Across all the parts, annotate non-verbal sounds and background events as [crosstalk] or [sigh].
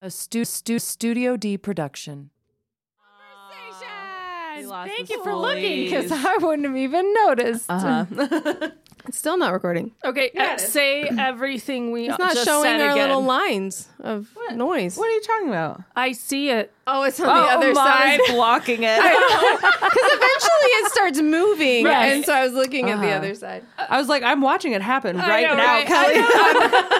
A stu- stu- Studio D production. We lost Thank the you for looking because Solis. I wouldn't have even noticed. Uh-huh. [laughs] It's still not recording. Okay, uh, say everything we It's not just showing said our again. little lines of noise. what are you talking about? I see it. Oh, it's on Oh, the other Mara's [laughs] side. [laughs] blocking it. Because eventually it starts moving. Right. And so I was looking at the Uh-huh. other side. I was like, I'm watching it happen right know, now, right? Kelly.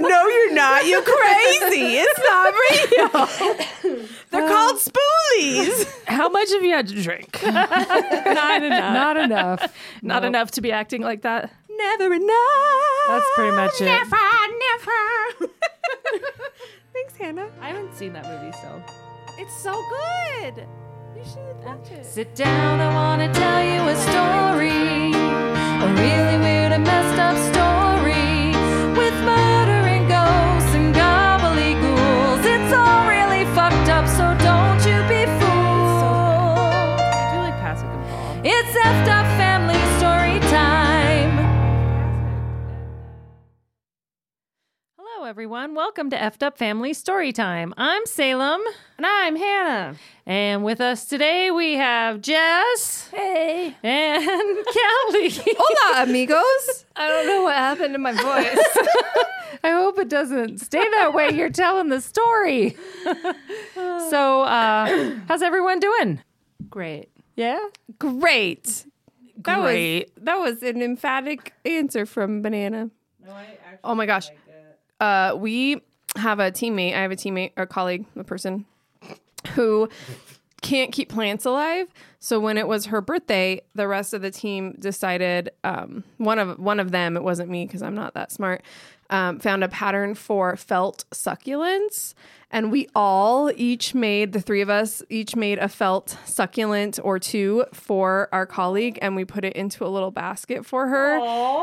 [laughs] no, you're not. You're crazy. It's not real. [laughs] They're called spoolies. How much have you had to drink? [laughs] [laughs] Not enough. Not enough. Not enough to be acting like that. Never enough. That's pretty much it. [laughs] never. Thanks, Hannah. I haven't seen that movie still. It's so good. You should watch it. Sit down, I wanna tell you a story. A really weird and messed up story. With murder and ghosts and gobbledyghouls. It's all really fucked up, so don't you be fooled. I do like Passive Control. It's effed up family story time. Hello, everyone. Welcome to Effed Up Family Story Time. I'm Salem. And I'm Hannah. And with us today we have Jess Hey. and [laughs] Kelly. Hola, amigos. [laughs] I don't know what happened to my voice. I hope it doesn't stay that way. You're telling the [laughs] story. so, uh, how's everyone doing? Great. Yeah. Great. That Great. was that was an emphatic answer from Banana. oh my gosh. Uh, we have a teammate. I have a teammate, or colleague, a person who can't keep plants alive. So when it was her birthday, the rest of the team decided um, one of one of them. It wasn't me because I'm not that smart. Um, found a pattern for felt succulents, and we all each made the three of us each made a felt succulent or two for our colleague, and we put it into a little basket for her.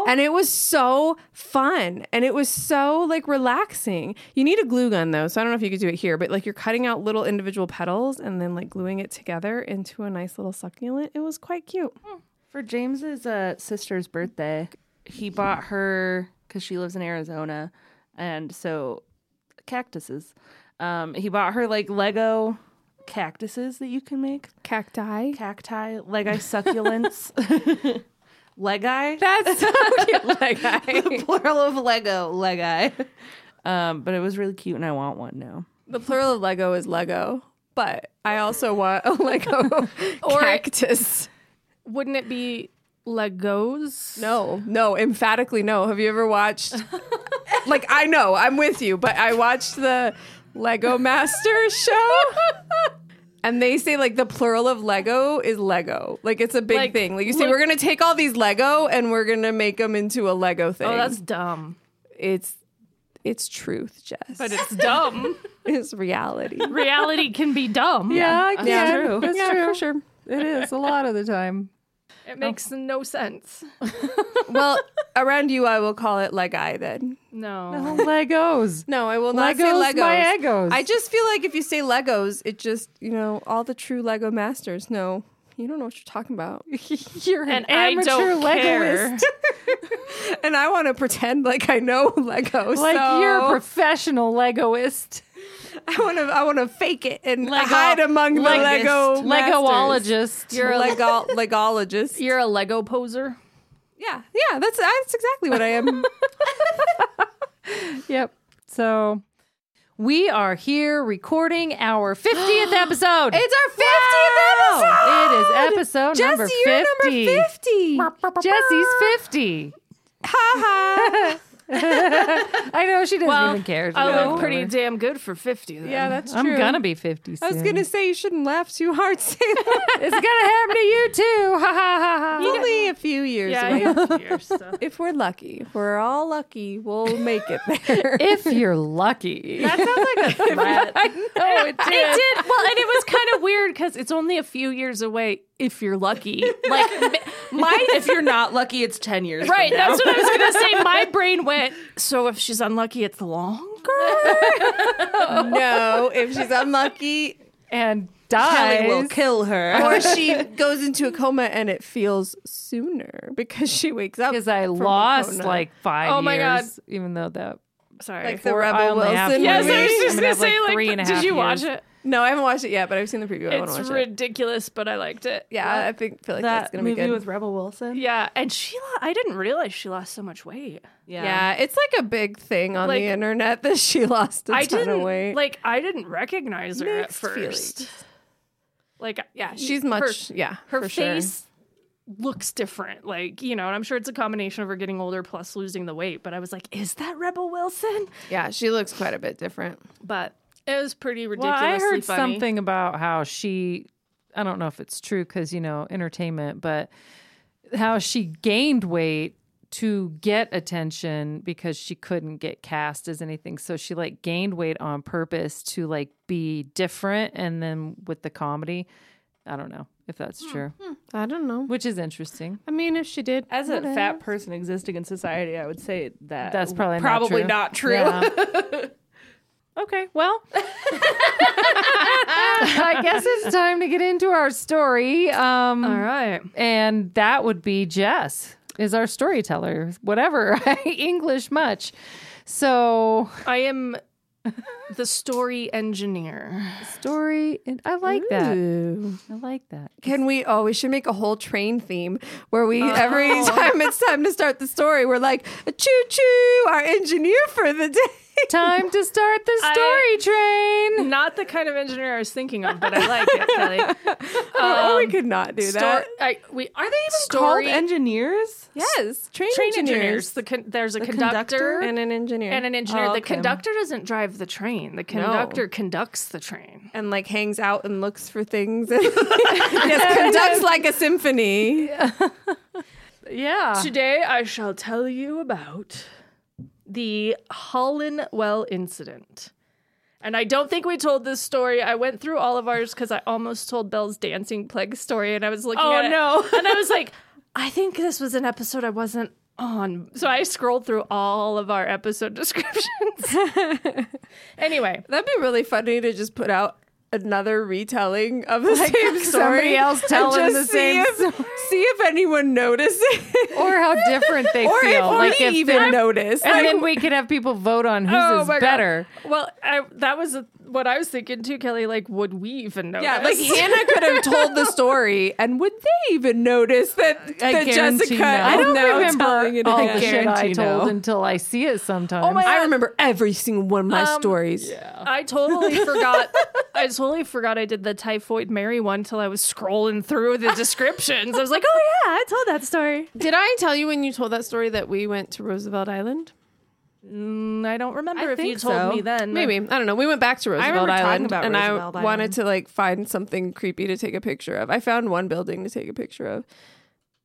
And it was so fun, and it was so like relaxing. You need a glue gun though, so I don't know if you could do it here, but like you're cutting out little individual petals and then like gluing it together into a nice little succulent. It was quite cute. [laughs] For James's uh, sister's birthday, he bought her because she lives in Arizona, and so cactuses. Um, he bought her like Lego cactuses that you can make, Cacti. cacti, legi succulents, [laughs] legi, That's [laughs] so cute. Like I, [laughs] plural of Lego, legi. Um, but it was really cute, and I want one now. the plural of Lego is Lego, but I also want a Lego [laughs] or cactus. Wouldn't it be Legos? No, no, emphatically no. Have you ever watched? like, I know, I'm with you, but I watched the Lego Master show. And they say like the plural of Lego is Lego. Like it's a big Like, thing. Like you say, look- we're gonna take all these Lego and we're gonna make them into a Lego thing. Oh, that's dumb. it's it's truth, Jess. But it's [laughs] dumb. [laughs] it's reality. Reality can be dumb. Yeah, I Yeah. can. true. That's yeah, true. for sure. It is a lot of the time. It makes no sense. Well, around you, I will call it Legi then. No. [laughs] Legos. No, I will not Legos, say Legos. my egos. I just feel like if you say Legos, it just you know all the true Lego masters know you don't know what you're [laughs] talking about. you're an And I Amateur don't care. Legoist. [laughs] and I want to pretend like I know [laughs] Lego. Like so you're a professional Legoist. I want to I want to fake it and Lego- hide among the Legist. Lego masters. Legoologist. You're [laughs] a Lego legologist. You're a Lego poser. yeah, yeah. That's that's exactly what [laughs] I am. Yep. So we are here recording our 50th episode. it's our fiftieth It is episode number Jesse, 50. you're number fifty. ha Jesse's 50. ha. [laughs] I know she doesn't Well, even care. She I doesn't look know pretty her. damn good for 50 then. Yeah, that's true. I'm gonna be 50 I was soon. gonna say you shouldn't laugh too hard, Sam. [laughs] It's gonna happen to you too. Ha ha ha ha. Only a few years Yeah, away. yeah. [laughs] Your stuff. If we're lucky, if we're all lucky, we'll make it [laughs] there. If you're lucky. That sounds [laughs] like a threat. No, it did. It did. Well, and it was kind of weird because it's only a few years away if you're lucky. Like, m- my. if you're not lucky, it's ten years. [laughs] Right, that's what I was going to say. [laughs] My brain went, so if she's unlucky, it's longer? no, if she's unlucky, and dies. kill her. or she goes into a coma and it feels sooner because she wakes up. Because I from a lost coma. like five Oh my God. years, even though that Sorry. Like the four- Rebel I only Wilson have movie? four Yes, I was years. just I'm have, three and a half did you watch years. it? [laughs] No, I haven't watched it yet, but I've seen the preview. I want to It's watch it. ridiculous, but I liked it. Yeah, I think feel like that's That gonna be movie good. with Rebel Wilson. Yeah, and she lo- I didn't realize she lost so much weight. yeah. it's like a big thing on Like- the internet that she [laughs] lost a I ton didn't of weight. like I didn't recognize her Mixed at feelings. first. Like yeah, she's her- much yeah her for sure. face looks different. Like, you know, and I'm sure it's a combination of her getting older plus losing the weight, but I was like, is that Rebel Wilson? Yeah, she looks quite a bit different. But it was pretty Well, ridiculously I heard funny. something about how she, I don't know if it's true because, you know, entertainment, but how she gained weight to get attention because she couldn't get cast as anything. So she like gained weight on purpose to like be different. And then with the comedy, I don't know if Hmm. that's true, I don't know. which is interesting. I mean, if she did, As a Whatever. fat person existing in society, I would say that that's Uh, probably w- probably not true. Yeah. okay, well, [laughs] I guess it's time to get into our story. Um, All right. and that would be Jess is our storyteller, whatever [laughs] English much. So I am the story engineer. story, and I like that. I like that. [laughs] Can we? Oh, we should make a whole train theme where we [laughs] every time it's time to start the story, we're like, "Choo choo!" Our engineer for the day. [laughs] Time to start the story train. Not the kind of engineer I was thinking of, but I like it, Kelly. oh, we could not do Stor- that. I, we, Are they even Called engineers? Yes, train, train engineers. engineers? The con- there's a conductor, conductor and an engineer, and an engineer. The okay. conductor doesn't drive the train. The conductor conducts the train. and like hangs out and looks for things. [laughs] and yes, conducts [laughs] like a symphony. Yeah. Today I shall tell you about the Hollinwell incident. And I don't think we told this story. I went through all of ours because I almost told Belle's dancing plague story, and I was looking Oh, at it, no. [laughs] and I was like, I think this was an episode I wasn't on. So I scrolled through all of our [laughs] episode [laughs] descriptions. anyway, That'd be really funny to just put out another retelling of the same story. somebody else and telling just the see same if, See if anyone notices, or how different [laughs] they or if feel. like we if even they're- notice. and Like, then we could have people vote on whose Oh is my God. better. well, I, that was what I was thinking too, Kelly. Like, would we even [laughs] know? yeah, like [laughs] Hannah could have told the story, and would they even notice that, that Jessica? guarantee no. I don't now remember telling it all again? the shit I told until I see it [laughs] sometimes. my I remember every single one of my stories. I totally forgot. I totally forgot I did the typhoid Mary one till I was scrolling through the descriptions. I was like, oh yeah, I told that story. Did I tell you when you told that story that we went to Roosevelt Island? Mm, I don't remember if you think told so. me then. Maybe I don't know. We went back to Roosevelt remember talking Island, about and Roosevelt I Island. wanted to like find something creepy to take a picture of. I found one building to take a picture of.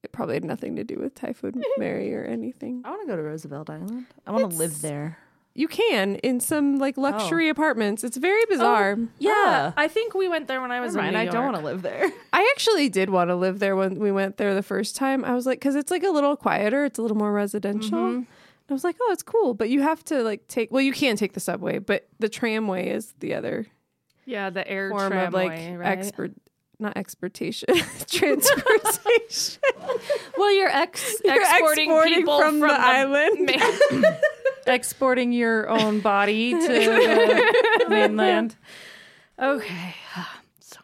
It probably had nothing to do with [laughs] Typhoon Mary or anything. I want to go to Roosevelt Island. I want to live there. You can in some Oh. like luxury apartments. It's very bizarre. Yeah, I think we went there when I was in Ryan, New I don't York. want to live there. I actually did want to live there when we went there the first time. I was like, because it's like a little quieter. It's a little more residential. Mm-hmm. And I was like, oh, it's cool. But you have to like take. Well, you can take the subway, but the tramway is the other Yeah, the air form tramway, of like right? expert not exportation [laughs] transportation well, [laughs] you're ex You're [laughs] exporting, people from, the, island. island [laughs] [laughs] Exporting your own body to [laughs] the mainland. Okay, [sighs] so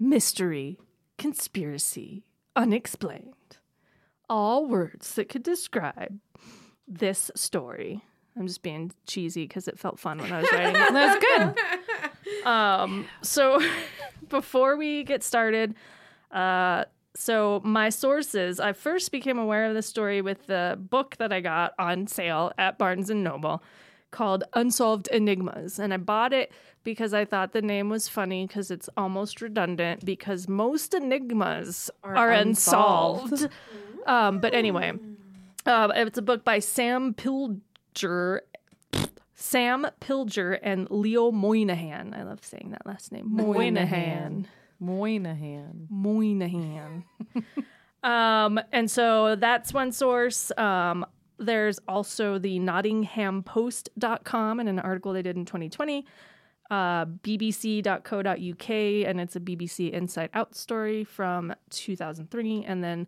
mystery, conspiracy, unexplained. All words that could describe this story. I'm just being cheesy because it felt fun when I was writing it. That's good. [laughs] Um, so [laughs] before we get started, uh, so my sources, I first became aware of this story with the book that I got on sale at Barnes and Noble called Unsolved Enigmas. And I bought it because I thought the name was funny because it's almost redundant because most enigmas are, unsolved. Um, but anyway, um, it's a book by Sam Pilger Sam Pilger and Leo Moynihan. I love saying that last name. Moynihan. Moynihan. Moynihan. um, and so that's one source. Um, there's also the nottinghampost.com and an article they did in 2020, uh, bbc.co.uk, and it's a BBC Inside Out story from 2003. And then,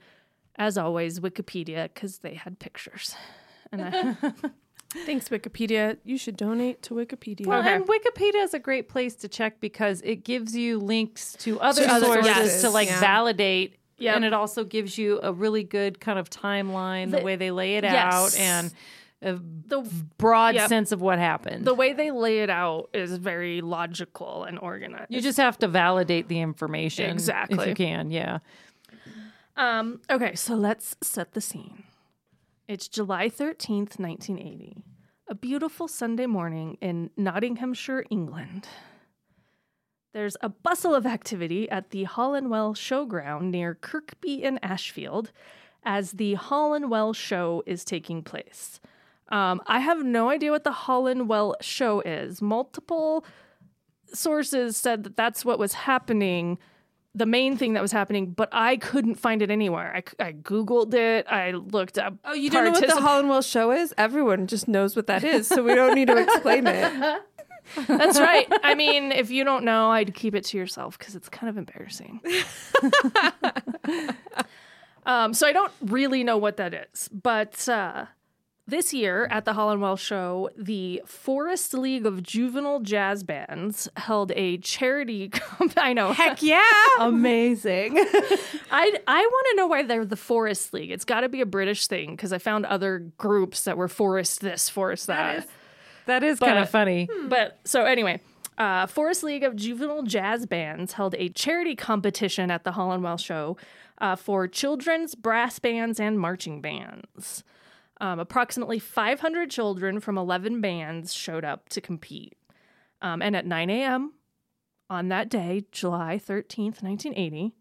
as always, Wikipedia, because they had pictures. And I, [laughs] Thanks, Wikipedia. You should donate to Wikipedia. Well, Okay. and Wikipedia is a great place to check because it gives you links to other To other sources sources, to like yeah. validate. Yep. And it also gives you a really good kind of timeline, the, The- way they lay it Yes. out, and a The broad Yep. sense of what happened. the way they lay it out is very logical and organized. you just have to validate the information if Exactly. you can. Yeah, Um, okay, so let's set the scene. It's July 13th, 1980. A beautiful Sunday morning in Nottinghamshire, England. There's a bustle of activity at the Hollandwell Showground near Kirkby in Ashfield as the Hollandwell Show is taking place. Um, I have no idea what the Hollandwell Show is. Multiple sources said that that's what was happening the main thing that was happening, but I couldn't find it anywhere. I, c- I Googled it. I looked up. Oh, you don't know what the Hollandwell show is? Everyone just knows what that is, so we don't need to explain it. That's right. I mean, if you don't know, I'd keep it to yourself because it's kind of embarrassing. [laughs] um, so I don't really know what that is. But uh, this year at the Hollandwell Show, the Forest League of Juvenile Jazz Bands held a charity. [laughs] comp- I know. Heck yeah. Amazing. I, I want to know why they're the Forest League. It's got to be a British thing because I found other groups that were Forest this, Forest that. that is kind But- of funny. But so anyway, uh, Forest League of Juvenile Jazz Bands held a charity competition at the Hollandwell Show uh, for children's brass bands and marching bands. Um, approximately 500 children from 11 bands showed up to compete. Um, and at 9 a.m. on that day, July 13th, 1980,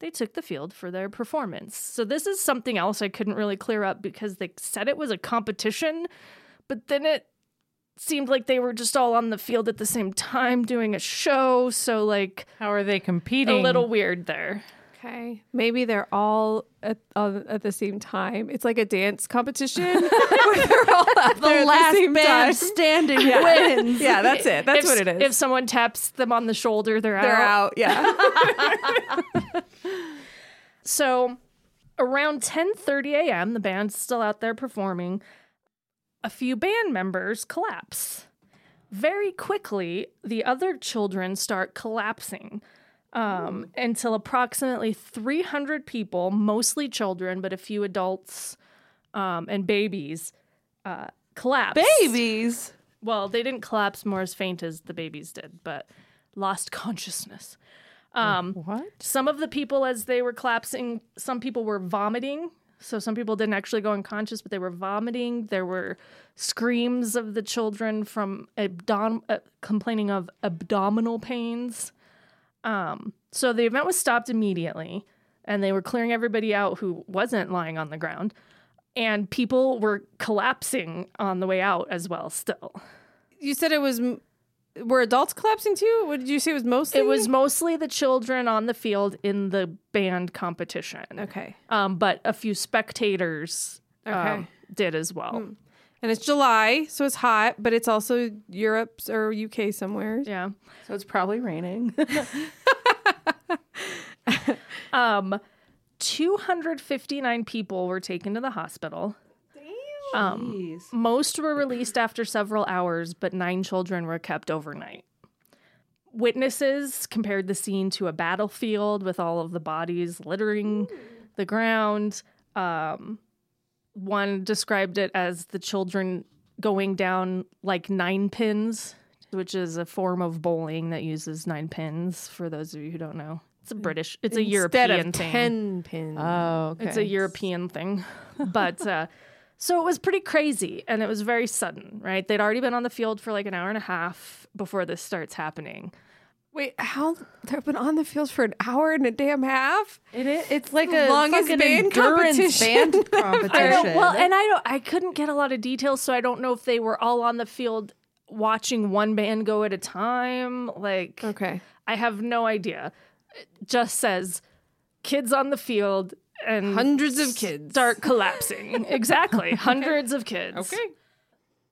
they took the field for their performance. So this is something else I couldn't really clear up because they said it was a competition, but then it seemed like they were just all on the field at the same time doing a show. So like How are they a competing? little weird there. Okay, maybe they're all at all at the same time. It's like a dance [laughs] competition where they're all out there at last the same band time. [laughs] standing wins. Yeah, that's it. That's if, what it is. If someone taps them on the shoulder, they're, they're out. out, yeah. [laughs] So around 10:30 a.m., the band's still out there performing. A few band members collapse. Very quickly, the other children start collapsing um, until approximately 300 people, mostly children, but a few adults um, and babies, uh, collapse. Babies. Well, they didn't collapse more as faint as the babies did, but lost [laughs] consciousness. Um, What? some of the people, as they were collapsing, some people were vomiting. So some people didn't actually go unconscious, but they were vomiting. There were screams of the children from abdom- uh, complaining of abdominal pains. Um, so the event was stopped immediately, and they were clearing everybody out who wasn't lying on the ground. And people were collapsing on the way out as well. Still, You said it was. m- Were adults collapsing too? What did you say it was mostly? it was mostly the children on the field in the band competition. okay. um, but a few spectators um, Okay. Hmm. did as well. And it's July, so it's hot, but it's also Europe's or UK somewhere. Yeah. So it's probably raining. Um, 259 people were taken to the hospital. Um, Jeez. most were released after several hours, but nine children were kept overnight. Witnesses compared the scene to a battlefield with all of the bodies littering the ground. Um, one described it as the children going down like nine pins, which is a form of bowling that uses nine pins. For those of you who don't know, it's a British, it's a Instead European of thing. ten pins. Oh, okay. It's a European thing. [laughs] But uh, so it was pretty crazy and it was very sudden, right? They'd already been on the field for like an hour and a half before this starts happening. Wait, how they've been on the field for an hour and a damn half? It is, it's like The a longest fucking band endurance competition. [laughs] band I don't- competition. well, and I don't, I couldn't get a lot of details, so I don't know if they were all on the field watching one band go at a time. Like, [laughs] Okay. I have no idea. It just says kids on the field and Hundreds of kids. start collapsing. [laughs] exactly, hundreds of kids.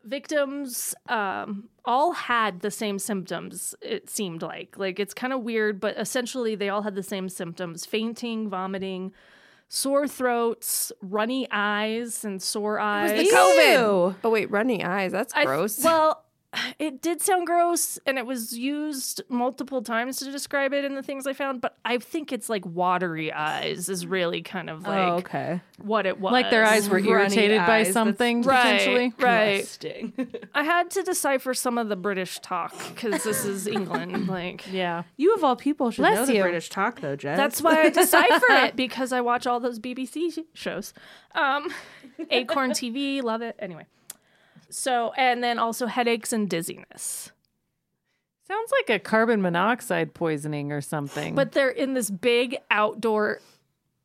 victims um, all had the same symptoms it seemed like like it's kind of weird but essentially they all had the same symptoms fainting vomiting sore throats, runny eyes, and sore eyes. the COVID. Oh wait, runny eyes. That's I- gross. well, it did sound gross, and it was used multiple times to describe it in the things I found. But I think it's like watery eyes is really kind of like oh, okay. what it was. Like their eyes were Runny irritated by eyes, that's- something, Right, potentially. right. Interesting. I had to decipher some of the British talk because this [laughs] is England. Like, Yeah. you of all people should Bless know the you. British talk though, Jess. That's why I decipher [laughs] it because I watch all those BBC sh- shows. Um, Acorn TV, love it. Anyway. So, and then also headaches and dizziness. Sounds like a carbon monoxide poisoning or something. But they're in this big outdoor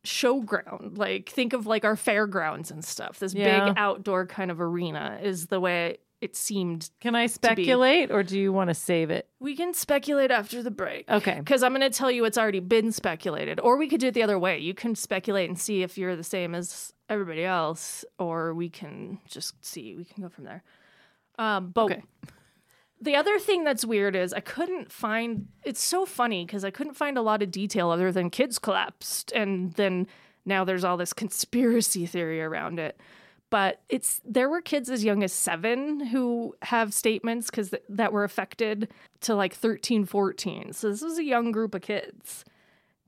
showground. Like, think of like our fairgrounds and stuff. This Yeah. big outdoor kind of arena is the way it seemed. can I be- speculate or do you want to save it? We can speculate after the break. Okay. Because I'm going to tell you it's already been speculated. Or we could do it the other way. You can speculate and see if you're the same as everybody else, or we can just see. We can go from there. Um, but Okay. the other thing that's weird is I couldn't find it's so funny because I couldn't find a lot of detail other than kids collapsed. And then now there's all this conspiracy theory around it. But it's there were kids as young as seven who have statements because th- that were affected to like 13, 14. So this was a young group of kids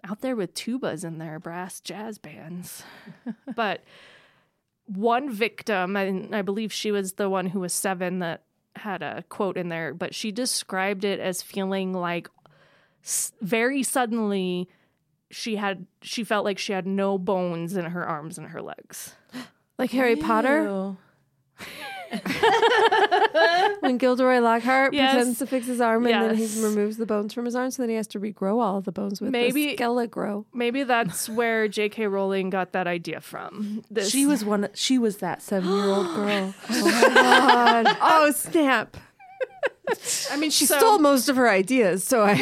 out there with tubas in their brass jazz bands. but one victim, and I believe she was the one who was seven that had a quote in there, but she described it as feeling like s- very suddenly she had she felt like she had no bones in her arms and her legs. like Harry Potter when Gilderoy Lockhart Yes. pretends to fix his arm and then Yes. he removes the bones from his arm, so then he has to regrow all of the bones with Maybe- the skelegrow. Maybe [laughs] that's where J.K. Rowling got that idea from. This she [laughs] was one. She was that [gasps] seven-year-old girl. Oh God. oh [laughs] snap! I mean, she She stole most of her ideas, so I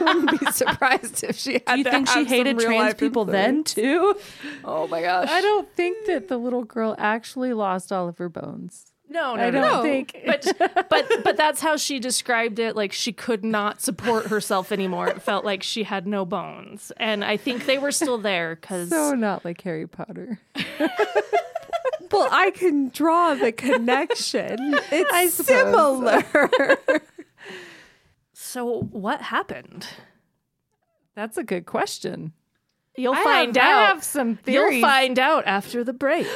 [laughs] wouldn't be surprised if she had. Do you to think have she some hated real trans life people then influence. too? Oh my gosh! I don't think that the little girl actually lost all of her bones. no, no, I no, don't no. think. but but but that's how she described it like she could not support herself anymore it felt like she had no bones and i think they were still there because So not like Harry Potter. Well, I can draw the connection. It's similar. so what happened That's a good question. you'll I find have- out I have some theories. you'll find out after the break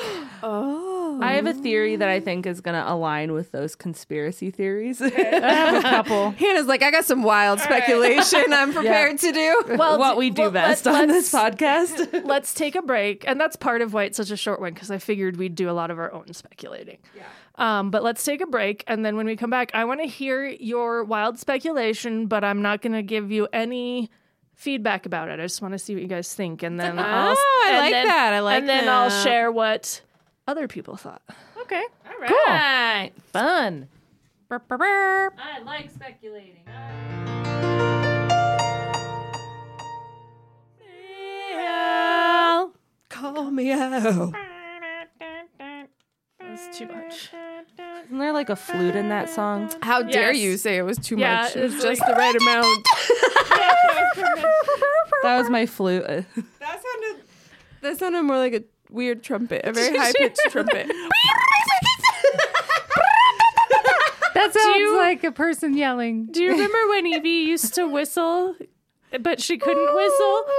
I have a theory that I think is going to align with those conspiracy theories. [laughs] couple. Hannah's like, I got some wild speculation I'm prepared to do. well what d- we do well, let- best on this let's- podcast. let's take a break and that's part of why it's such a short one because i figured we'd do a lot of our own speculating yeah. um, but let's take a break and then when we come back i want to hear your wild speculation but i'm not going to give you any feedback about it i just want to see what you guys think and then i'll Ah, I and like then- that. I like and then i'll that. share what other people thought Okay. All right. Cool. Fun. Brr, brr, brr. I like speculating. Oh, Call me out. that's too much Isn't there like a flute in that song? How dare Yes. you say it was too Yeah, much? It was [laughs] it's just the right amount. That was my flute. That sounded that sounded more like a weird trumpet, a [laughs] very high pitched trumpet. That sounds like a person yelling. do you remember when evie used to whistle but she couldn't whistle [laughs]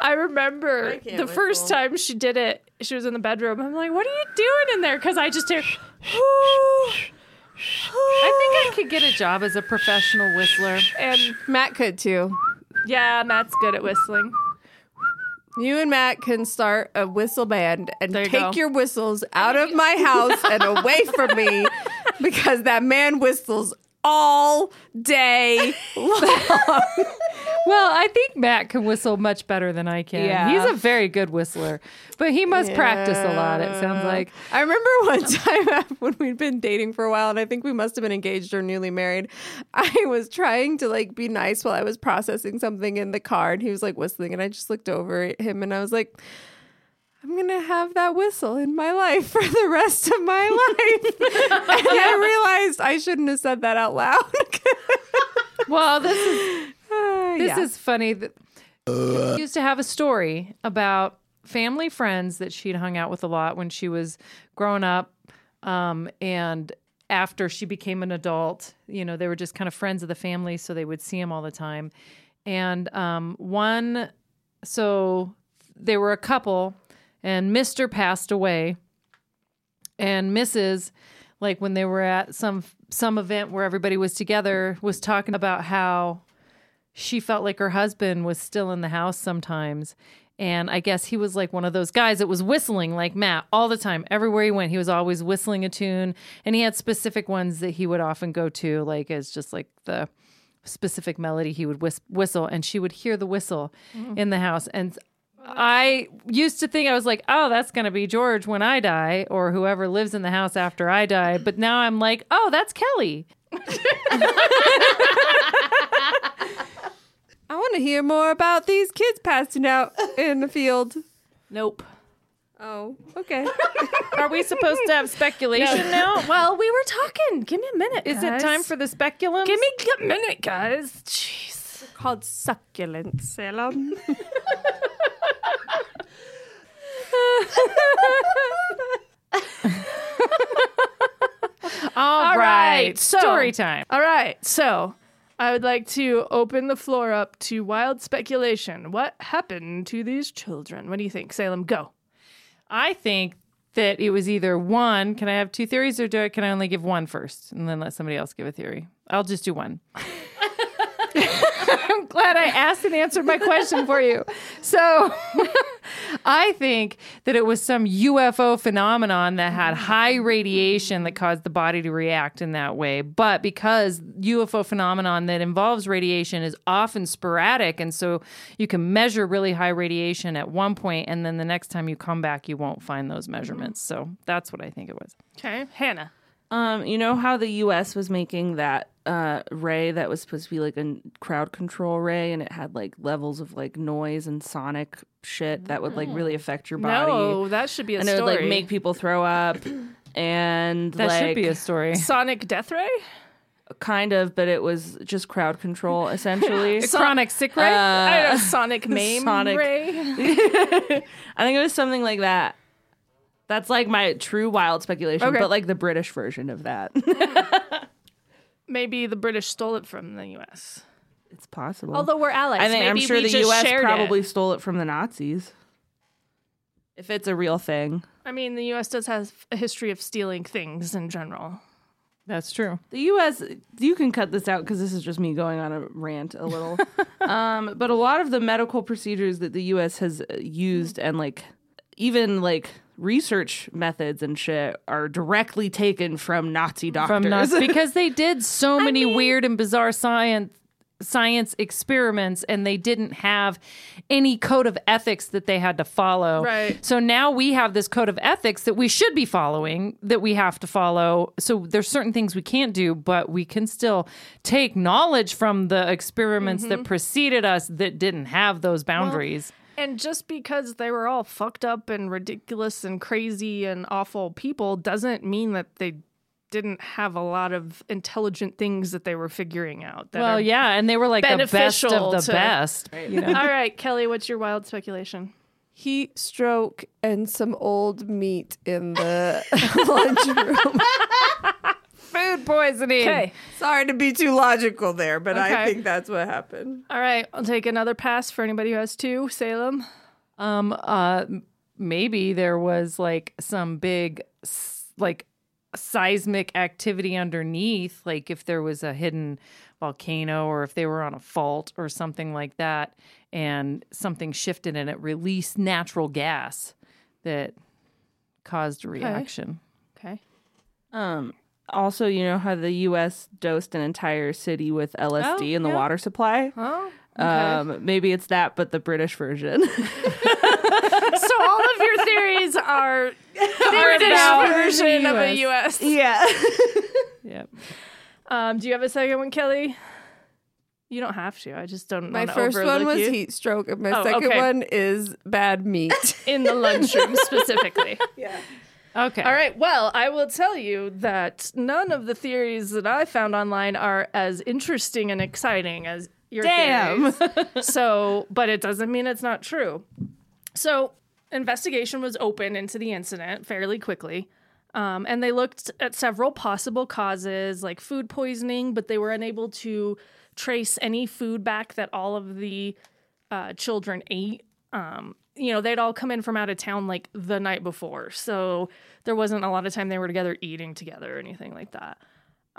I remember the first time she did it, she was in the bedroom. I'm like, what are you doing in there? Because I just hear, I think I could get a job as a professional whistler. and Matt could too. yeah, Matt's good at whistling. You and Matt can start a whistle band and you take go. your whistles out of my house and away from [laughs] me because that man whistles all day long. Well, I think Matt can whistle much better than I can. Yeah. He's a very good whistler, but he must practice a lot, it sounds like. I remember [laughs] one time [laughs] when we'd been dating for a while, and I think we must have been engaged or newly married. [laughs] I was trying to like be nice while I was processing something in the car, and he was like whistling, and I just looked over at him and I was like, I'm gonna have that whistle in my life for the rest of my life. [laughs] and I realized I shouldn't have said that out loud. [laughs] Well, this is Uh, this yeah. is funny. that- used to have a story about family friends that she'd hung out with a lot when she was growing up. Um, and after she became an adult, you know, they were just kind of friends of the family, so they would see him all the time. And um, one, so they were a couple, and Mr. passed away and Mrs. like when they were at some some event where everybody was together was talking about how she felt like her husband was still in the house sometimes and I guess he was like one of those guys that was whistling like Matt all the time everywhere he went he was always whistling a tune and he had specific ones that he would often go to like as just like the specific melody he would whis- whistle and she would hear the whistle in the house and I used to think I was like, oh, that's going to be George when I die or whoever lives in the house after I die. But now I'm like, oh, that's Kelly. I want to hear more about these kids passing out in the field. Nope. Oh, okay. Are we supposed to have speculation now? Well, we were talking. Give me a minute. Is it time for the speculum? Give me a minute, guys. Jeez. Called succulent Salem. All right, right. so- Story time. All right. So, I would like to open the floor up to wild speculation. What happened to these children? What do you think, Salem? Go. I think that it was either one. Can I have two theories, or do I, can I only give one first, and then let somebody else give a theory? I'll just do [laughs] one. I'm glad I asked and answered my question for you. So, I think that it was some UFO phenomenon that had high radiation that caused the body to react in that way. But because UFO phenomenon that involves radiation is often sporadic, and so you can measure really high radiation at one point, and then the next time you come back, you won't find those measurements. So that's what I think it was. Okay, Hannah. Um, you know how the U.S. was making that uh, ray that was supposed to be like a n- crowd control ray, and it had like levels of like noise and sonic shit that would like really affect your body, Mm. No, that should be a and it story. would like make people throw up, and That like should be a story. Sonic Death [laughs] Ray. kind of, but it was just crowd control [laughs] essentially. Chronic sick ray. I don't know, Uh, [laughs] Sonic Mame Sonic- Ray. I think it was something like that. That's like my true wild speculation, Okay. but like the British version of that. [laughs] Maybe the British stole it from the U.S. it's possible. Although we're allies, I think I'm maybe sure we the just U.S. shared probably It. stole it from the Nazis. If it's a real thing, I mean, the U.S. does have a history of stealing things in general. [laughs] that's true. the U.S. You can cut this out because this is just me going on a rant a [laughs] little. um, but a lot of the medical procedures that the U.S. has uh, used and like even like research methods and shit are directly taken from Nazi doctors. from nuts [laughs] because they did so many weird and bizarre science science experiments and they didn't have any code of ethics that they had to follow. Right. So now we have this code of ethics that we should be following that we have to follow. So there's certain things we can't do, but we can still take knowledge from the experiments Mm-hmm. that preceded us that didn't have those boundaries. And just because they were all fucked up and ridiculous and crazy and awful people doesn't mean that they didn't have a lot of intelligent things that they were figuring out. That Well, are- yeah, and they were like the best beneficial of the to- best. you know? [laughs] All right, Kelly, what's your wild speculation? Heat stroke and some old meat in the [laughs] lunchroom. Food poisoning. Okay. [laughs] Sorry to be too logical there, but I Okay. think that's what happened. All right, I'll take another pass for anybody who has two. Salem. Um, uh, m- maybe there was like some big, s- like seismic activity underneath, like if there was a hidden volcano or if they were on a fault or something like that, and something shifted and it released natural gas that caused a reaction. Okay. [laughs] Um, also, you know how the U.S. dosed an entire city with LSD in the water supply? Oh. Um, maybe it's that, but the British version. [laughs] So all of your theories [laughs] are British version of a U.S. [laughs] yeah. Yep. Um, do you have a second one, Kelly? You don't have to. I just don't. my wanna first one overlook was you. heat stroke, and my Oh, second okay. one is [laughs] bad meat. in the [laughs] lunchroom specifically. Okay. All right. Well, I will tell you that none of the theories that I found online are as interesting and exciting as your Damn. theories. so, but it doesn't mean it's not true. So, investigation was open into the incident fairly quickly. Um, and they looked at several possible causes, like food poisoning, but they were unable to trace any food back that all of the uh, children ate. Um, you know, they'd all come in from out of town like the night before. So there wasn't a lot of time they were together eating together or anything like that.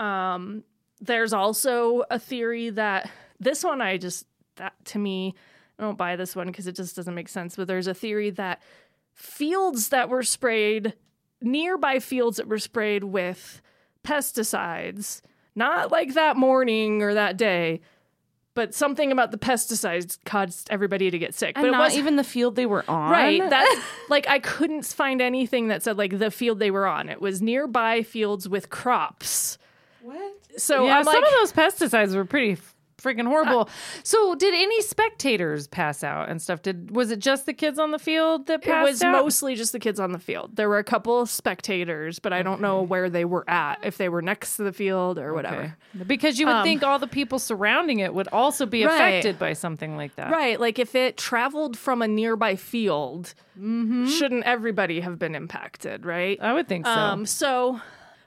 Um, there's also a theory that this one I just that to me I don't buy this one because it just doesn't make sense. But there's a theory that fields that were sprayed nearby fields that were sprayed with pesticides, not like that morning or that day, but something about the pesticides caused everybody to get sick. And but not it was even the field they were on. [laughs] Right. That's like I couldn't find anything that said like the field they were on. It was nearby fields with crops. What? So yeah, I'm some like, of those pesticides were pretty f- freaking horrible. Uh, so, did any spectators pass out and stuff? Did was it just the kids on the field that it passed was out? mostly just the kids on the field. There were a couple spectators, but I don't know where they were at, if they were next to the field or whatever. Okay. Because you would Um, think all the people surrounding it would also be Right. affected by something like that. Right. Like if it traveled from a nearby field, shouldn't everybody have been impacted, right? Mm-hmm. I would think so. Um, so,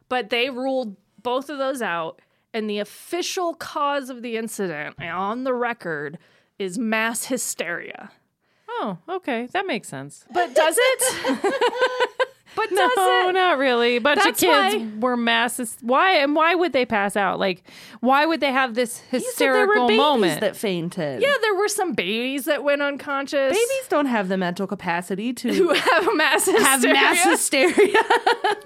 but they ruled both of those out, and the official cause of the incident on the record is mass hysteria. oh, okay. That makes sense. But does [laughs] it? but does no, it? not really. A bunch That's of kids why- were masses. Why and why would they pass out? Like, why would they have this He said there were hysterical babies moment? that fainted. Yeah, there were some babies that went unconscious. Babies don't have the mental capacity to [laughs] who have mass hysteria. have [laughs] mass hysteria.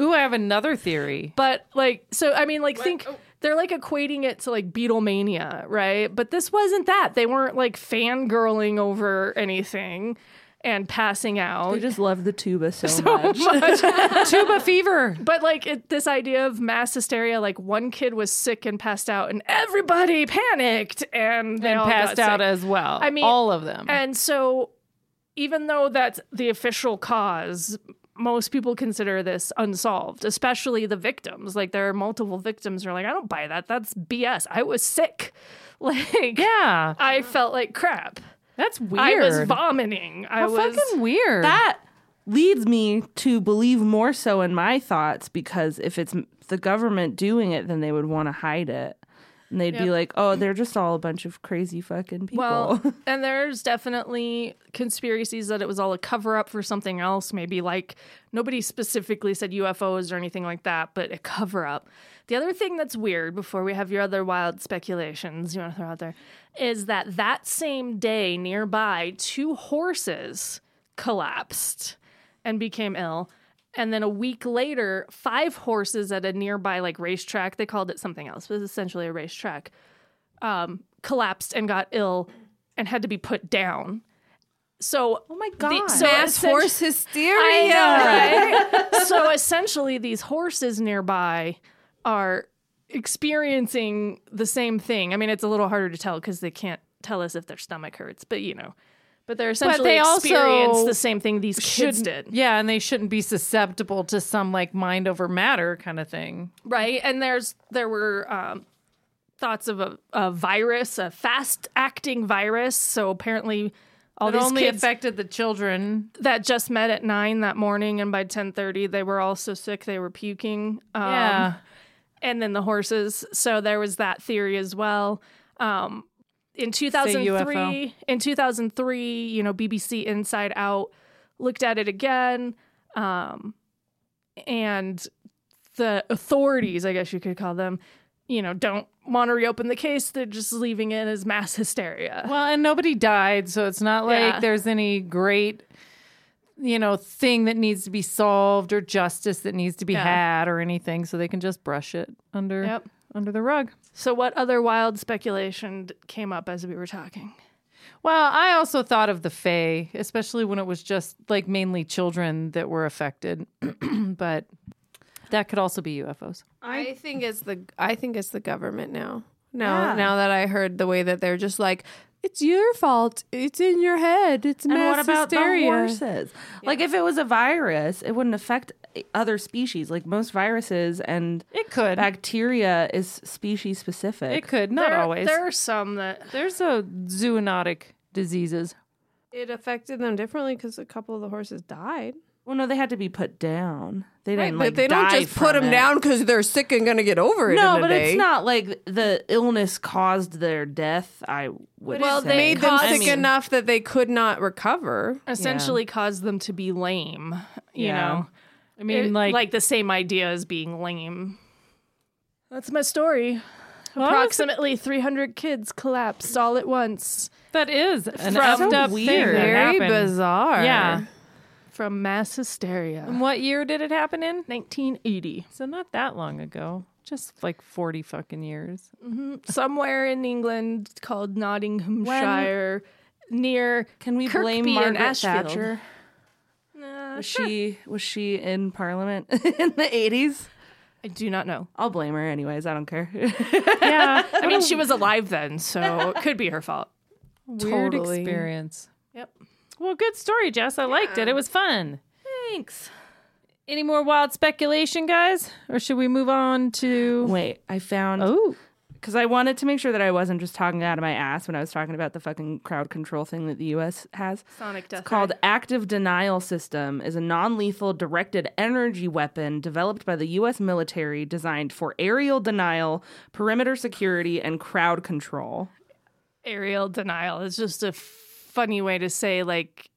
Ooh, I have another [laughs] theory. But like, so I mean, like, think they're like equating it to like Beatlemania, right? But this wasn't that. They weren't like fangirling over anything and passing out. I just love the tuba so, much. Tuba [laughs] fever. But like it, this idea of mass hysteria, like one kid was sick and passed out, and everybody panicked and they And all passed out got sick. as well. Oh, I mean- all of them. and so, even though that's the official cause, most people consider this unsolved, especially the victims. Like there are multiple victims who are like, I don't buy that. That's BS. I was sick. [laughs] Like yeah, I felt like crap. that's weird. I was vomiting. I How was fucking weird. [laughs] that leads me to believe more so in my thoughts because if it's m- the government doing it, then they would want to hide it. And they'd be like, oh, they're just all a bunch of crazy fucking people. [laughs] Well, and there's definitely conspiracies that it was all a cover up for something else. Maybe like nobody specifically said UFOs or anything like that, but a cover up. The other thing that's weird before we have your other wild speculations you want to throw out there is that that same day nearby, two horses collapsed and became ill. And then a week later, five horses at a nearby like racetrack, they called it something else, but it was essentially a racetrack um, collapsed and got ill and had to be put down. So, oh my god, so Mass essen- horse hysteria. [laughs] I know, right? so essentially, these horses nearby are experiencing the same thing. I mean, it's a little harder to tell because they can't tell us if their stomach hurts, but you know, but they're essentially they also experience the same thing these kids shouldn't. did. Yeah, and they shouldn't be susceptible to some like mind over matter kind of thing. right and there's there were um, thoughts of a, a virus a fast acting virus so apparently all It these only kids affected the children. that just met at 9 that morning and by 10.30 they were all so sick they were puking um, yeah. and then the horses so there was that theory as well um, in UFO. 2003 in 2003 you know bbc inside out looked at it again um, and the authorities i guess you could call them you know don't want to reopen the case they're just leaving it as mass [laughs] hysteria Well, and nobody died, so it's not like Yeah. there's any great, you know, thing that needs to be solved or justice that needs to be Yeah. had or anything. So they can just brush it under Yep. under the rug. so what other wild speculation d- came up as we were talking Well, I also thought of the Fae, especially when it was just like mainly children that were affected, [clears throat] but that could also be UFOs. I think it's the I think it's the government now. Now now that I heard the way that they're just like it's your fault. It's in your head. It's And mass what about hysteria. the horses? Like if it was a virus, it wouldn't affect other species. Like most viruses and It could. bacteria is species specific. it could. Not there, always. There are some that There's a zoonotic diseases. It affected them differently because a couple of the horses died. Well, no, they had to be put down. They Right, didn't. but like, they don't die just put from them it. down because they're sick and gonna get over it. No, in a but day. it's not like the illness caused their death. I would. Well, say. they made them I sick mean, enough that they could not recover. essentially cause them to be lame. You Yeah. know, I mean, It- like, the same idea as being lame. That's my story. Well, Approximately 300 kids collapsed all at once that is an From- effed So up weird. thing that Very happened. bizarre. Yeah. from mass hysteria. And what year did it happen in? 1980. So not that long ago. Just like 40 fucking years. Somewhere in England called Nottinghamshire near Can we Kirkby blame and Margaret Ashfield. Thatcher? Was she was she in Parliament [laughs] in the eighties? I do not know. I'll blame her anyways. I don't care. [laughs] [laughs] Yeah. I mean, she was alive then, so it could be her [laughs] fault. Weird Totally. experience. Yep. Well, good story, Jess. I liked it. It was fun. Thanks. Any more wild speculation, guys? Or should we move on to. Wait, I found Oh. because I wanted to make sure that I wasn't just talking out of my ass when I was talking about the fucking crowd control thing that the U.S. has. Sonic death. It's called Active Denial System is a non-lethal directed energy weapon developed by the U.S. military, designed for aerial denial, perimeter security, and crowd control. aerial denial is just a funny way to say like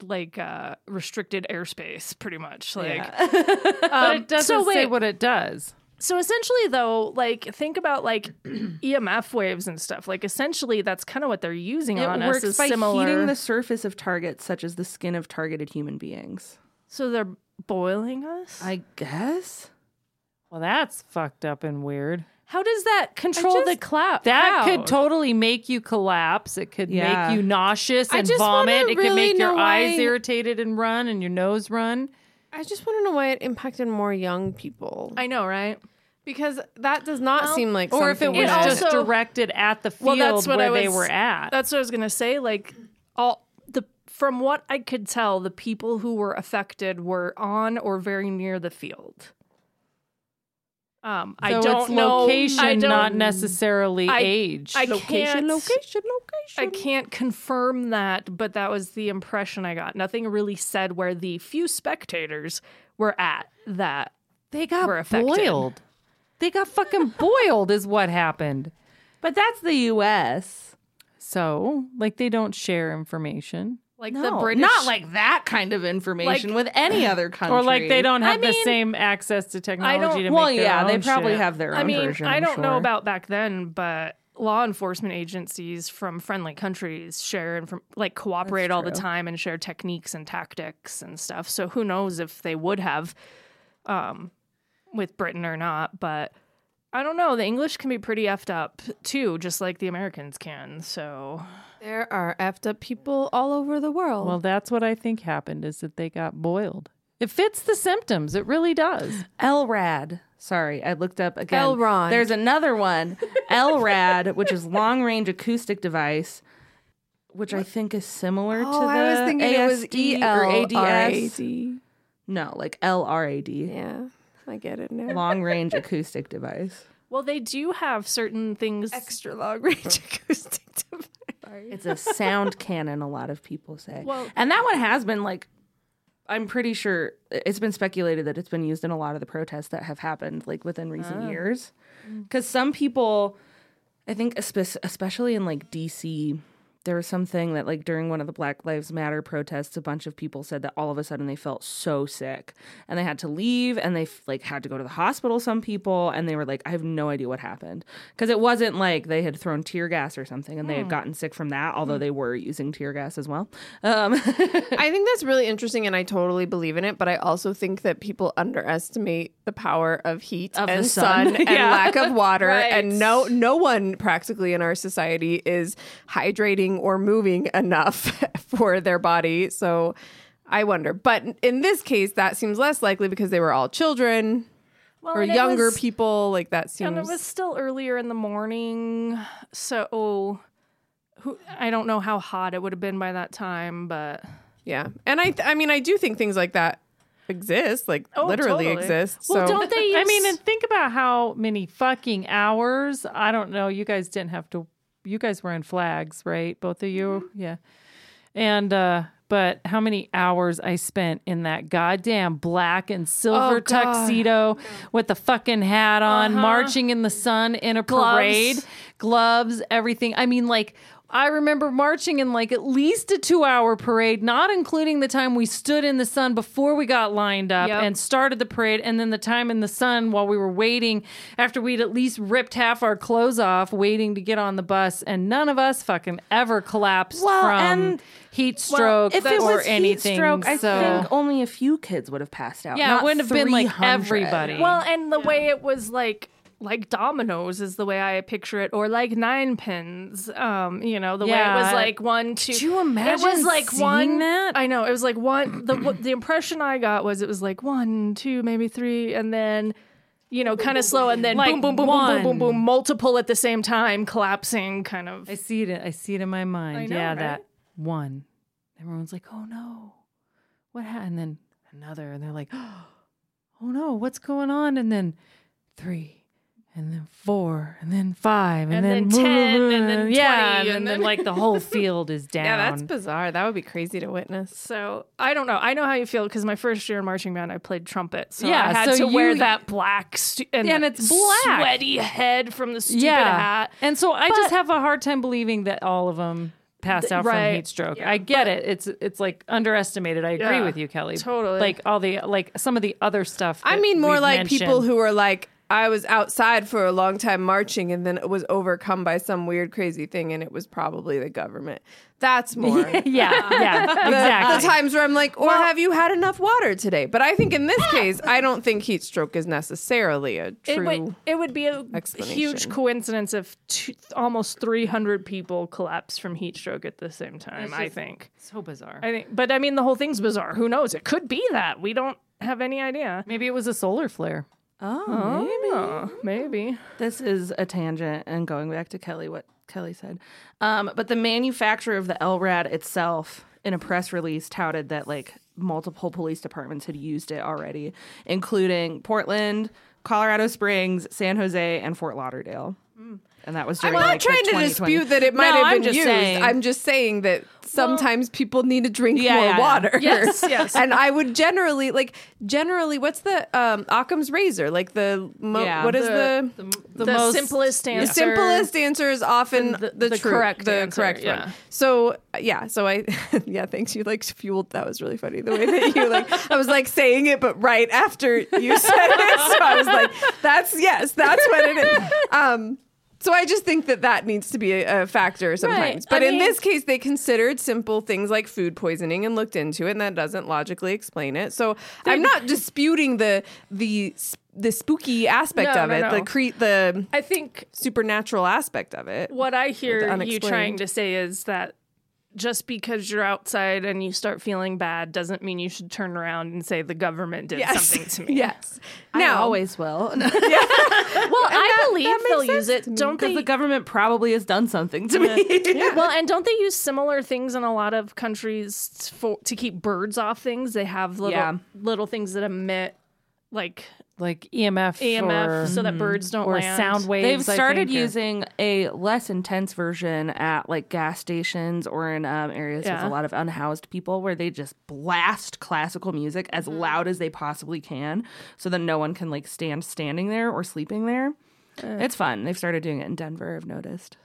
like uh restricted airspace pretty much like um, But it doesn't so wait. say what it does. so essentially though like think about like [clears throat] emf waves and stuff like essentially that's kind of what they're using It on us works is by similar heating the surface of targets, such as the skin of targeted human beings. so they're boiling us I guess. Well, that's fucked up and weird. how does that control the cloud That crowd? could totally make you collapse. It could Yeah. make you nauseous I and just wanna vomit. It could really make your know eyes why- irritated and run and your nose run. I just want to know why it impacted more young people. i know right because that does not seem like Or if it something was that- just also- directed at the Well, field that's what where I they was- were at. That's what I was gonna say. Like all the from what I could tell, the people who were affected were on or very near the field. Um, I so don't it's know. location, I don't, not necessarily I- age. I location, can't. location. I can't confirm that, but that was the impression I got. Nothing really said where the few spectators were at that. they got were affected. boiled. They got fucking boiled, is what happened. But that's the U.S. So, like, they don't share information, Like No, the British, not like that kind kind of information with any [clears throat] other country, or like they don't have I the mean, same access to technology. don't- to Well, make their yeah, they own probably shit. have their own I mean, version. I I'm don't know sure. about back then, but law enforcement agencies from friendly countries share and like cooperate all the time and share techniques and tactics and stuff. So who knows if they would have um, with Britain or not, but I don't know. The English can be pretty effed up too, just like the Americans can. So There are effed up people all over the world. Well, that's what I think happened is that they got boiled. It fits the symptoms. It really does. LRAD. Sorry, I looked up again. Elrond. There's another one, LRAD, which is long range acoustic device, which I think is similar Oh, to the E ASD or ADS. No, like LRAD, Yeah, I get it now. long range acoustic device. well, they do have certain things. extra long range [laughs] acoustic device. It's a sound cannon, a lot of people say. Well- and that one has been like, I'm pretty sure it's been speculated that it's been used in a lot of the protests that have happened like within recent years. Because some people, I think, espe- especially in like DC, there was something that like during one of the Black Lives Matter protests, a bunch of people said that all of a sudden they felt so sick and they had to leave and they f- like had to go to the hospital. Some people and they were like, I have no idea what happened because it wasn't like they had thrown tear gas or something and they had gotten sick from that, although they were using tear gas as well. Um, I think that's really interesting, and I totally believe in it. But I also think that people underestimate the power of heat Of the and sun. sun, and Yeah. lack of water. Right. And no, no one practically in our society is hydrating or moving enough [laughs] for their body. So I wonder. But in this case, that seems less likely because they were all children Well, or and it younger was- people. Like that seems. And it was still earlier in the morning. So who I don't know how hot it would have been by that time, but Yeah, and I, th- I mean, I do think things like that exist, like Oh, literally totally. exist. Well, so don't they? Use, [laughs] I mean, and think about how many fucking hours. I don't know. You guys didn't have to. You guys were in flags, right? Both of you, Mm-hmm. yeah. And uh but how many hours I spent in that goddamn black and silver Oh, God. Uh-huh. tuxedo with the fucking hat on, marching in the sun in a parade, gloves, everything. I mean, like. I remember marching in like at least a two hour parade, not including the time we stood in the sun before we got lined up Yep. and started the parade and then the time in the sun while we were waiting after we'd at least ripped half our clothes off waiting to get on the bus and none of us fucking ever collapsed Well, from and- heat stroke if it or was heat anything stroke, I so think only a few kids would have passed out. yeah not it wouldn't have been like 300. everybody well, and the way it was like like dominoes is the way I picture it, or like nine pins. Um, you know, the way it Yeah. was like one, two. Could you imagine It was like seeing one. that? I know it was like one. The what- the impression I got was it was like one, two, maybe three, and then. You know, kind of slow, and then Like boom, boom, boom, boom, boom, one. boom, boom, multiple at the same time, collapsing, kind of. I see it. I see it in my mind. I know, yeah, right? that one. Everyone's like, "Oh no, what happened?" And then another, and they're like, [gasps] "Oh no, what's going on?" And then three, and then four, and then five, and, And then 10, and then yeah, 20, and, and then, then- like the whole field is down. yeah, that's bizarre. That would be crazy to witness. So I don't know. I know how you feel because my first year in marching band, I played trumpet. So Yeah, I had so to wear you- that black stu- and, And the it's black. sweaty head from the stupid yeah, hat. and so I just But- have a hard time believing that all of them passed out from right. heat stroke. I get it. It's it's like underestimated. I agree Yeah, with you, Kelly. totally. Like all the like some of the other stuff. I that mean, more we've like people mentioned. who are like, I was outside for a long time marching, and then was overcome by some weird crazy thing, and it was probably the government. [laughs] That's more. the- Yeah, [laughs] yeah, The, exactly. times where I'm like, or have you had enough water today? But I think in this case, I don't think heat stroke is necessarily a It true. would, it would be a huge explanation. coincidence if two, almost 300 people collapse from heat stroke at the same time, I think. so bizarre. I think. But I mean, the whole thing's bizarre. Who knows? It could be that. We don't have any idea. Maybe it was a solar flare. Oh, maybe. Oh, maybe. This is a tangent and going back to Kelly, what Kelly said. Um, but the manufacturer of the LRAD itself, in a press release, touted that like multiple police departments had used it already, including Portland, Colorado Springs, San Jose, and Fort Lauderdale. And that was Mm. I'm during, not like, the trying to 2020 dispute that it might No, have I'm been just used. saying- I'm just saying that sometimes people need to drink Yeah, more yeah, yeah. water. [laughs] Yes, yes. and I would generally like generally what's the um Occam's razor? Like the mo- Yeah. what is the, the, The, most- simplest answer. simplest answer is often the, The- the true- correct the answer, correct yeah. one. So yeah, so I [laughs] yeah, thanks. You like fueled that was really funny the way that you [laughs] like I was like saying it but right after you said it. So I was like, that's yes, that's what it [laughs] is. Um so I just think that that needs to be a, a factor sometimes. But in this case, they considered simple things like food poisoning and looked into it, and that doesn't logically explain it. So I'm not disputing the the s- the spooky aspect No, of no, it, the no. create the I think supernatural aspect of it. What I the hear you unexplained. trying to say is that just because you're outside and you start feeling bad doesn't mean you should turn around and say the government did something to me. [laughs] Yes. I Now, [laughs] always will. [laughs] Well, I believe they'll use it. Don't Because they? the government probably has done [laughs] something to me. [laughs] Well, and don't they use similar things in a lot of countries for to keep birds off things? They have little Yeah. little things that emit like Like EMF, EMF or, E so that birds don't or land. sound waves. They've I started think, or- using a less intense version at like gas stations or in um, areas Yeah. with a lot of unhoused people where they just blast classical music as Mm-hmm. loud as they possibly can so that no one can like stand standing there or sleeping there. it's fun. They've started doing it in Denver, I've noticed.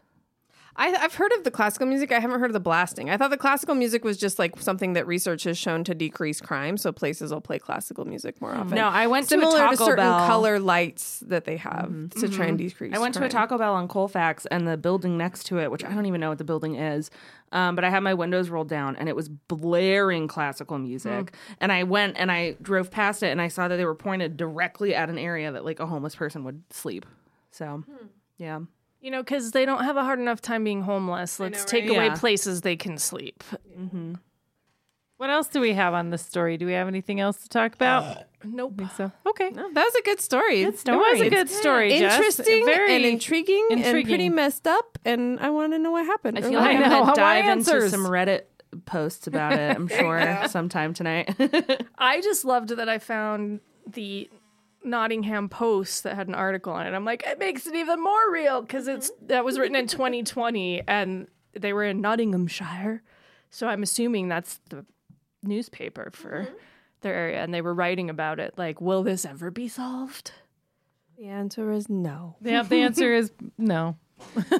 I, I've heard of the classical music. I haven't heard of the blasting. I thought the classical music was just like something that research has shown to decrease crime, so places will play classical music more often. Hmm. No, I went to a similar Taco certain Bell. Mm-hmm. color lights that they have to try and decrease. I went to a crime. Taco Bell on Colfax and the building next to it, which I don't even know what the building is, um, but I had my windows rolled down and it was blaring classical music. And I went and I drove past it and I saw that they were pointed directly at an area that like a homeless person would sleep. So, yeah. You know, because they don't have a hard enough time being homeless. Let's take away Yeah. places they can sleep. What else do we have on this story? Do we have anything else to talk about? nope. think so. Okay. No, that was a good story. Good It was a good story. Jess. Interesting Very and intriguing, and pretty intriguing. messed up, and I want to know what happened. I feel I like I'm know. I gonna want dive into answers. some Reddit posts about it. [laughs] I'm sure sometime tonight. [laughs] I just loved that I found the Nottingham Post that had an article on it. I'm like, it makes it even more real because it's that was written in 2020 and they were in Nottinghamshire, so I'm assuming that's the newspaper for their area, and they were writing about it. Like, will this ever be solved? the answer is no. Yeah, the answer is no.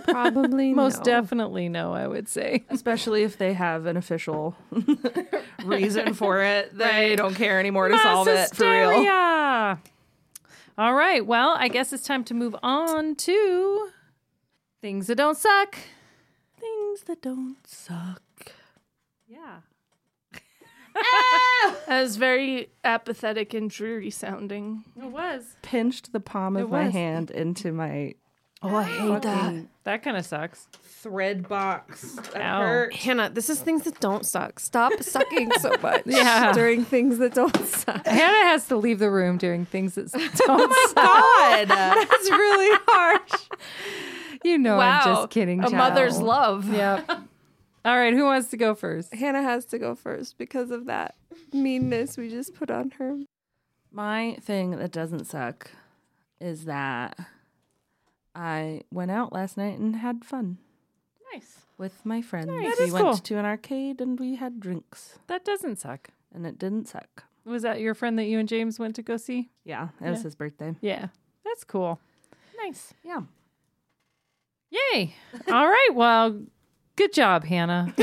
Probably Most no. definitely no, I would say. Especially if they have an [laughs] official reason for it. They don't care anymore to solve it for real. Hysteria. All right. Well, I guess it's time to move on to things that don't suck. Things that don't suck. Yeah. [laughs] That was very apathetic and dreary sounding. It was. Pinched the palm of my hand into my Oh, I hate that. That kind of sucks. thread box. That Ow. hurt. Hannah, this is things that don't suck. Stop sucking so much Yeah. during things that don't suck. Hannah has to leave the room doing things that don't suck. [laughs] God. That's really harsh. You know, Oh, I'm wow, just kidding. A child. mother's love. Yep. All right. Who wants to go first? Hannah has to go first because of that meanness we just put on her. My thing that doesn't suck is that I went out last night and had fun Nice. with my friends. Nice. That We is went cool. to an arcade and we had drinks, That doesn't suck. and it didn't suck. Was that your friend that you and James went to go see? Yeah, it was his birthday. Yeah. That's cool. Nice. Yeah. Yay. All right. Well, good job, Hannah.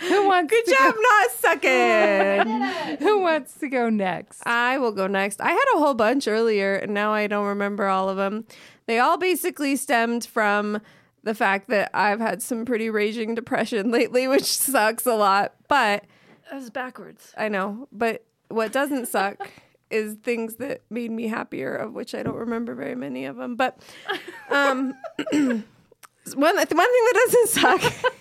who wants good to I'm not sucking. Go, who wants to go next? I will go next. I had a whole bunch earlier, and now I don't remember all of them. They all basically stemmed from the fact that I've had some pretty raging depression [laughs] lately, which sucks a lot. But That was backwards. I know. But what doesn't suck is things that made me happier, of which I don't remember very many of them. But um, [clears throat] one one thing that doesn't suck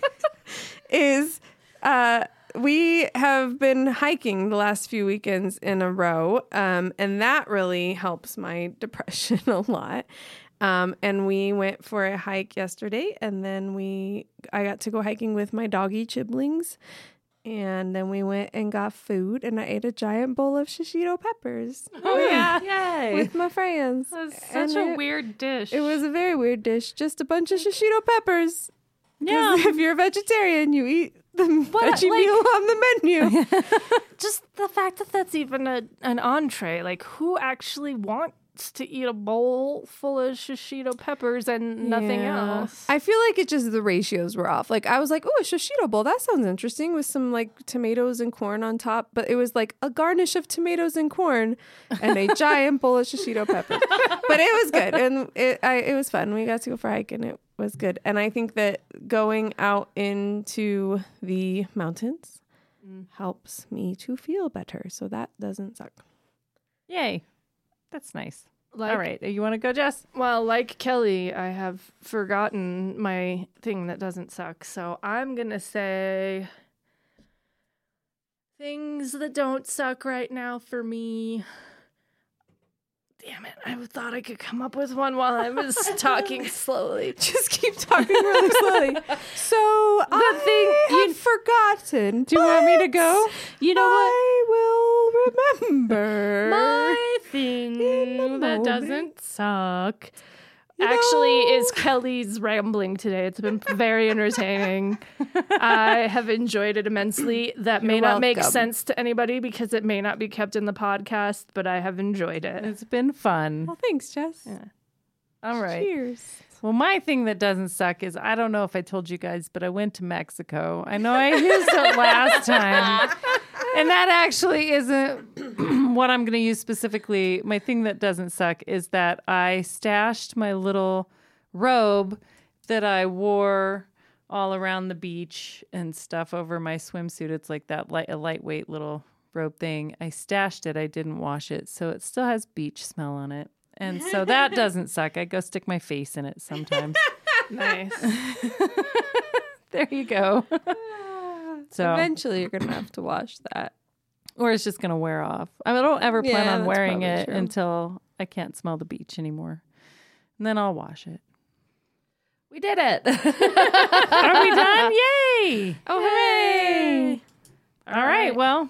is uh, we have been hiking the last few weekends in a row, um, and that really helps my [laughs] depression a lot. Um, and we went for a hike yesterday, and then we I got to go hiking with my doggy Chiblings, and then we went and got food, and I ate a giant bowl of shishito [laughs] peppers Oh yeah. Yay. with my friends. That's such And a it- weird dish. It was a very weird dish, just a bunch of shishito peppers. 'Cause yeah. If you're a vegetarian, you eat the veggie like- meal on the [laughs] menu. just the fact that that's even a, an entree like who actually wants to eat a bowl full of shishito peppers and nothing Yeah. else I feel like it just the ratios were off. Like I was like, oh, a shishito bowl. That sounds interesting with some like tomatoes and corn on top, but it was like a garnish of tomatoes and corn and a giant bowl of shishito pepper. [laughs] But it was good and it I, it was fun. We got to go for a hike and it was good. And I think that going out into the mountains Mm. helps me to feel better. So that doesn't suck. Yay. That's nice. like, All right. You want to go, Jess? well like kelly i have forgotten my thing that doesn't suck so i'm gonna say things that don't suck right now for me damn it i thought i could come up with one while i [laughs] was talking slowly Just keep talking really slowly. [laughs] So I thing- have forgotten. Do you want me to go? You know what? I will remember. [laughs] [laughs] My thing that moment. doesn't suck actually No. is Kelly's rambling today. It's been very entertaining. [laughs] I have enjoyed it immensely. That may not make welcome. sense to anybody because it may not be kept in the podcast, but I have enjoyed it. It's been fun. well, thanks, Jess. All right. Cheers. Well, my thing that doesn't suck is I don't know if I told you guys, but I went to Mexico. I know I used it last time. And that actually isn't [clears throat] what I'm going to use specifically. My thing that doesn't suck is that I stashed my little robe that I wore all around the beach and stuff over my swimsuit. It's like that light, a lightweight little robe thing. I stashed it. I didn't wash it, so it still has beach smell on it. And so that doesn't suck. I go stick my face in it [laughs] sometimes. Nice. there you go. So, Eventually, you're gonna have to wash that. or it's just gonna wear off. I, mean, I don't ever plan Yeah, on that's wearing probably it true. until I can't smell the beach anymore, and then I'll wash it. We did [laughs] it. Are we done? Yay! Oh, hey! All right. Well,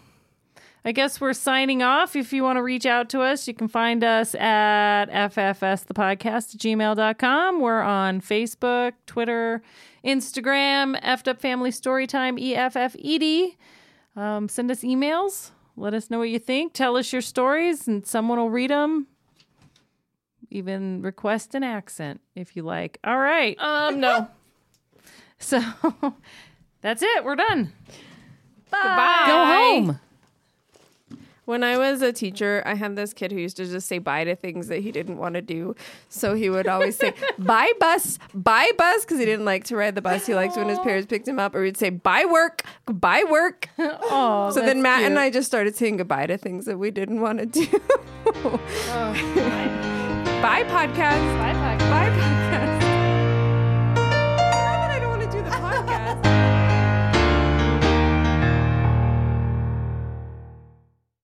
I guess we're signing off. If you want to reach out to us, you can find us at FFS the podcast gmail.com. We're on Facebook, Twitter, Instagram, effed up family storytime, E EFFED. Um, send us emails. Let us know what you think. Tell us your stories, and someone will read them. Even request an accent if you like. All right. Um, no. [laughs] So [laughs] that's it. We're done. Bye. Go home. When I was a teacher, I had this kid who used to just say bye to things that he didn't want to do. So he would always [laughs] say, bye bus, bye bus, because he didn't like to ride the bus. He liked when his parents picked him up, or he'd say, bye work, goodbye [laughs] work. Oh, so then Matt and I just started saying goodbye to things that we didn't want to [laughs] do. bye podcast. [laughs] Bye podcast. Bye podcast. Now that I don't want to do the podcast.